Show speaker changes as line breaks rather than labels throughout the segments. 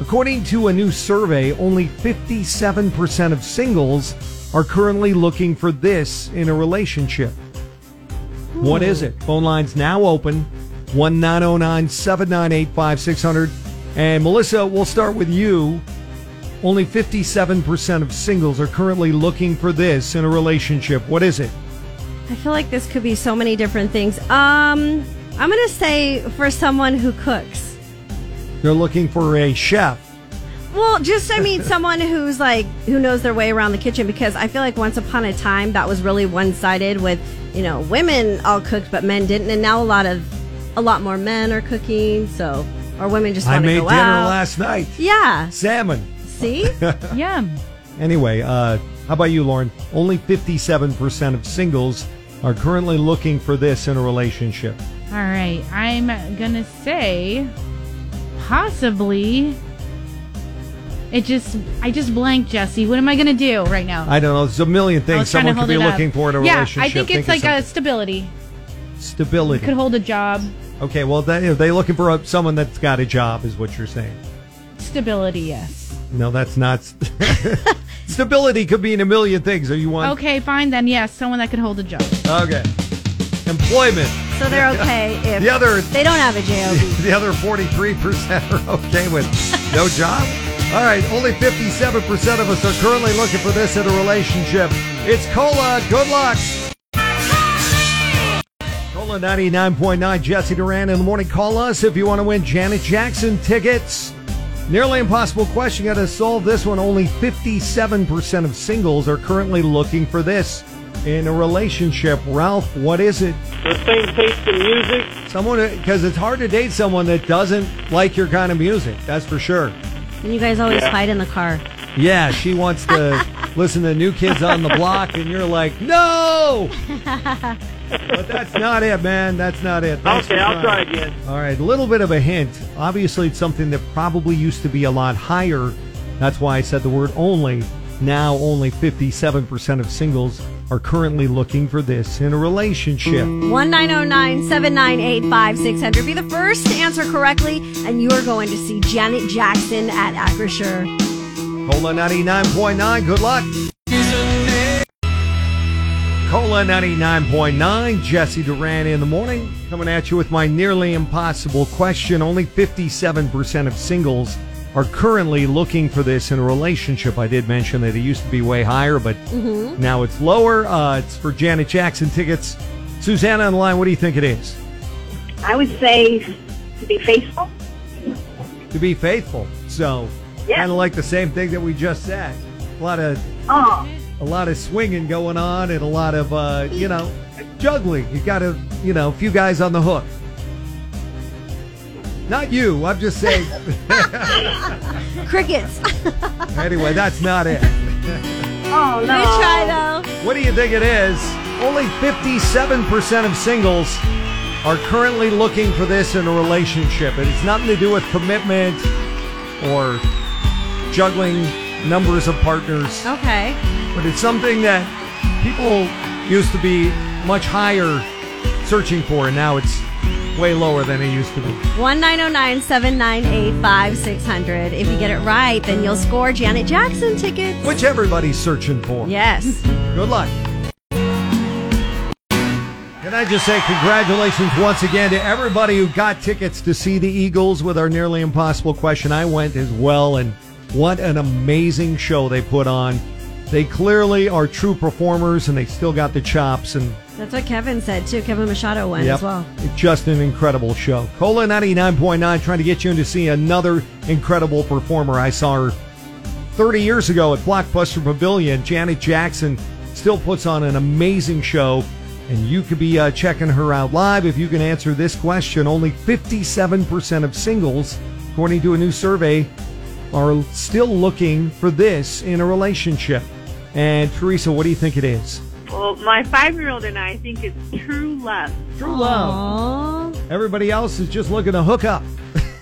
According to a new survey, only 57% of singles are currently looking for this in a relationship. What is it? Phone lines now open oh 1 909 798 5600. And Melissa, we'll start with you. Only 57% of singles are currently looking for this in a relationship. What is it?
I feel like this could be so many different things. Um, I'm gonna say for someone who cooks.
They're looking for a chef.
Well, just I mean someone who's like who knows their way around the kitchen because I feel like once upon a time that was really one-sided with, you know, women all cooked but men didn't and now a lot of a lot more men are cooking, so or women just
I
want to
made
go
dinner
out.
last night.
yeah.
Salmon.
See?
Yum.
Anyway, uh, how about you, Lauren? Only 57% of singles are currently looking for this in a relationship.
All right. I'm going to say possibly. It just, I just blanked, Jesse. What am I going to do right now?
I don't know. There's a million
I
things
was trying
someone
to
could
hold
be
it up.
looking for in a
yeah,
relationship.
I think
of
it's like
some
a stability.
stability.
Could hold a job.
okay, well, they, are they looking for a, someone that's got a job, is what you're saying.
Stability, yes.
No, that's not. st- stability could be in a million things. Are you one?
Okay, fine then. Yes, someone that could hold a job.
Okay. Employment.
So they're okay if
The other-
they don't have a job.
The other 43% are okay with no job. All right, only 57% of us are currently looking for this in a relationship. It's Cola. Good luck. Cola 99.9, Jesse Duran in the morning. Call us if you want to win Janet Jackson tickets. Nearly impossible question. Got to solve this one. Only 57% of singles are currently looking for this in a relationship. Ralph, what is it?
The same taste in music.
Someone, because it's hard to date someone that doesn't like your kind of music. That's for sure.
and you guys always fight in the car.
Yeah, she wants to listen to New Kids on the Block, and you're like, no. but that's not it, man. That's not it. Thanks
Okay,
for
I'll try
trying.
again.
All right, a little bit of a hint. Obviously, it's something that probably used to be a lot higher. That's why I said the word only. Now, only 57% of singles are currently looking for this in a relationship.
One oh 798 Be the first to answer correctly, and you are going to see Janet Jackson at Acrisure.
Cola 99.9, good luck. Cola 99.9, Jesse Duran in the morning, coming at you with my nearly impossible question. Only 57% of singles are currently looking for this in a relationship. I did mention that it used to be way higher, but now it's lower. Uh, it's for Janet Jackson tickets. Susanna on the line, what do you think it is?
I would say to be faithful.
To be faithful. So,
Yeah.
kind of like the same thing that we just said. A lot of
Oh,
a lot of swinging going on and a lot of uh, you know juggling. You got a you know a few guys on the hook. Not you. I'm just saying.
Crickets.
anyway, that's not it.
oh
Good
no.
try, though.
What do you think it is? Only 57% of singles are currently looking for this in a relationship. It has nothing to do with commitment or juggling numbers of partners.
Okay.
but it's something that people used to be much higher searching for, and now it's way lower than it used to be.
One oh 798 5600 If you get it right, then you'll score Janet Jackson tickets.
Which everybody's searching for.
Yes.
Good luck. Can I just say congratulations once again to everybody who got tickets to see the Eagles with our nearly impossible question? I went as well, and what an amazing show they put on. They clearly are true performers, and they still got the chops. And
That's what Kevin said, too. Kevin Machado won as well.
It's just an incredible show. Cola 99.9 trying to get you in to see another incredible performer. I saw her 30 years ago at Blockbuster Pavilion. Janet Jackson still puts on an amazing show, and you could be uh, checking her out live if you can answer this question. Only 57% of singles, according to a new survey, are still looking for this in a relationship. And Teresa, what do you think it is?
Well, my five-year-old and I think it's true love.
True love. Uh,
Aw.
Everybody else is just looking to hook up.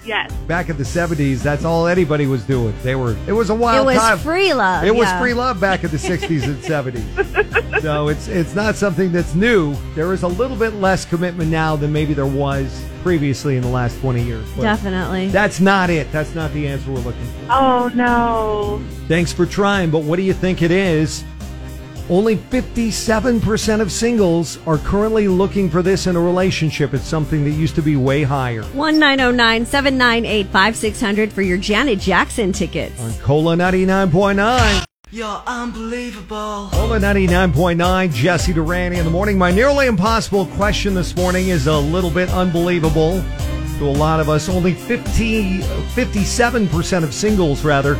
Yes.
Back in the 70s, that's all anybody was doing. They were it was a wild
It was
time.
free love,
It was
yeah.
free love back in the 60s and 70s. So it's it's not something that's new. There is a little bit less commitment now than maybe there was previously in the last 20 years. But
Definitely.
That's not it. That's not the answer we're looking for.
Oh no.
Thanks for trying, but what do you think it is? Only 57% of singles are currently looking for this in a relationship. It's something that used to be way higher.
One nine zero nine seven nine eight five six hundred for your Janet Jackson tickets.
On Cola 99.9.
You're unbelievable.
Cola 99.9, Jesse Durani in the morning. My nearly impossible question this morning is a little bit unbelievable to a lot of us. Only 50, 57% of singles, rather,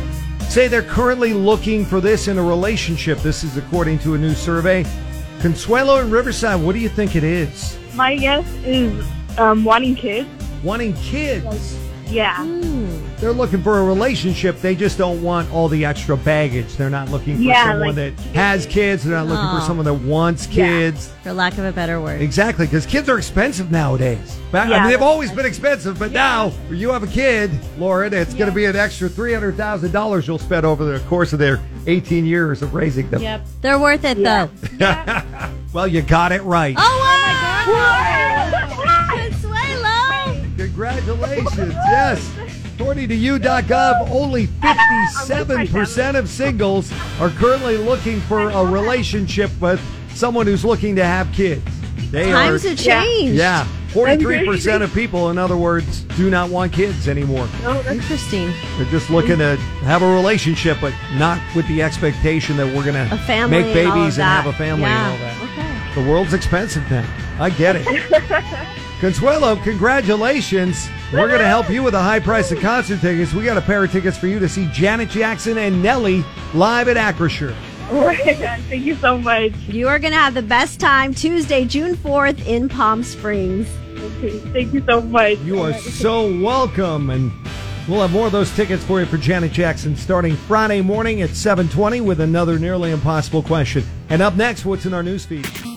say they're currently looking for this in a relationship. This is according to a new survey. Consuelo in Riverside, what do you think it is?
My guess is um, wanting kids.
Wanting kids.
Yeah.
They're looking for a relationship. They just don't want all the extra baggage. They're not looking for
Yeah,
someone
like-
that has kids. They're not looking for
Aw.
someone that wants kids.
For lack of a better word.
Exactly, because kids are expensive nowadays. Back, I
Yeah.
mean, they've always been expensive, but now you have a kid, Lauren, it's going to be an extra three hundred thousand dollars you'll spend over the course of their eighteen years of raising them.
Yep.
They're worth it
Yeah.
though.
Well, you got it right.
Oh,
Oh
wow! Consuelo!
Congratulations! yes. According to you.gov, only 57% of singles are currently looking for a relationship with someone who's looking to have kids. They
Times
are,
have changed.
yeah, 43% of people, in other words, do not want kids anymore.
Interesting.
They're just looking to have a relationship, but not with the expectation that we're going to
A family.
make babies
and, all of that.
have a family
yeah.
and all that.
Okay.
The world's expensive now. I get it. Consuelo, congratulations. We're going to help you with a high price of concert tickets. We got a pair of tickets for you to see Janet Jackson and Nelly live at Acrisure.
Thank you so much.
You are going to have the best time Tuesday, June 4th in Palm Springs.
Okay. Thank you so much.
You are so welcome, and we'll have more of those tickets for you for Janet Jackson starting Friday morning at 7:20 with another nearly impossible question. And up next, what's in our news feed?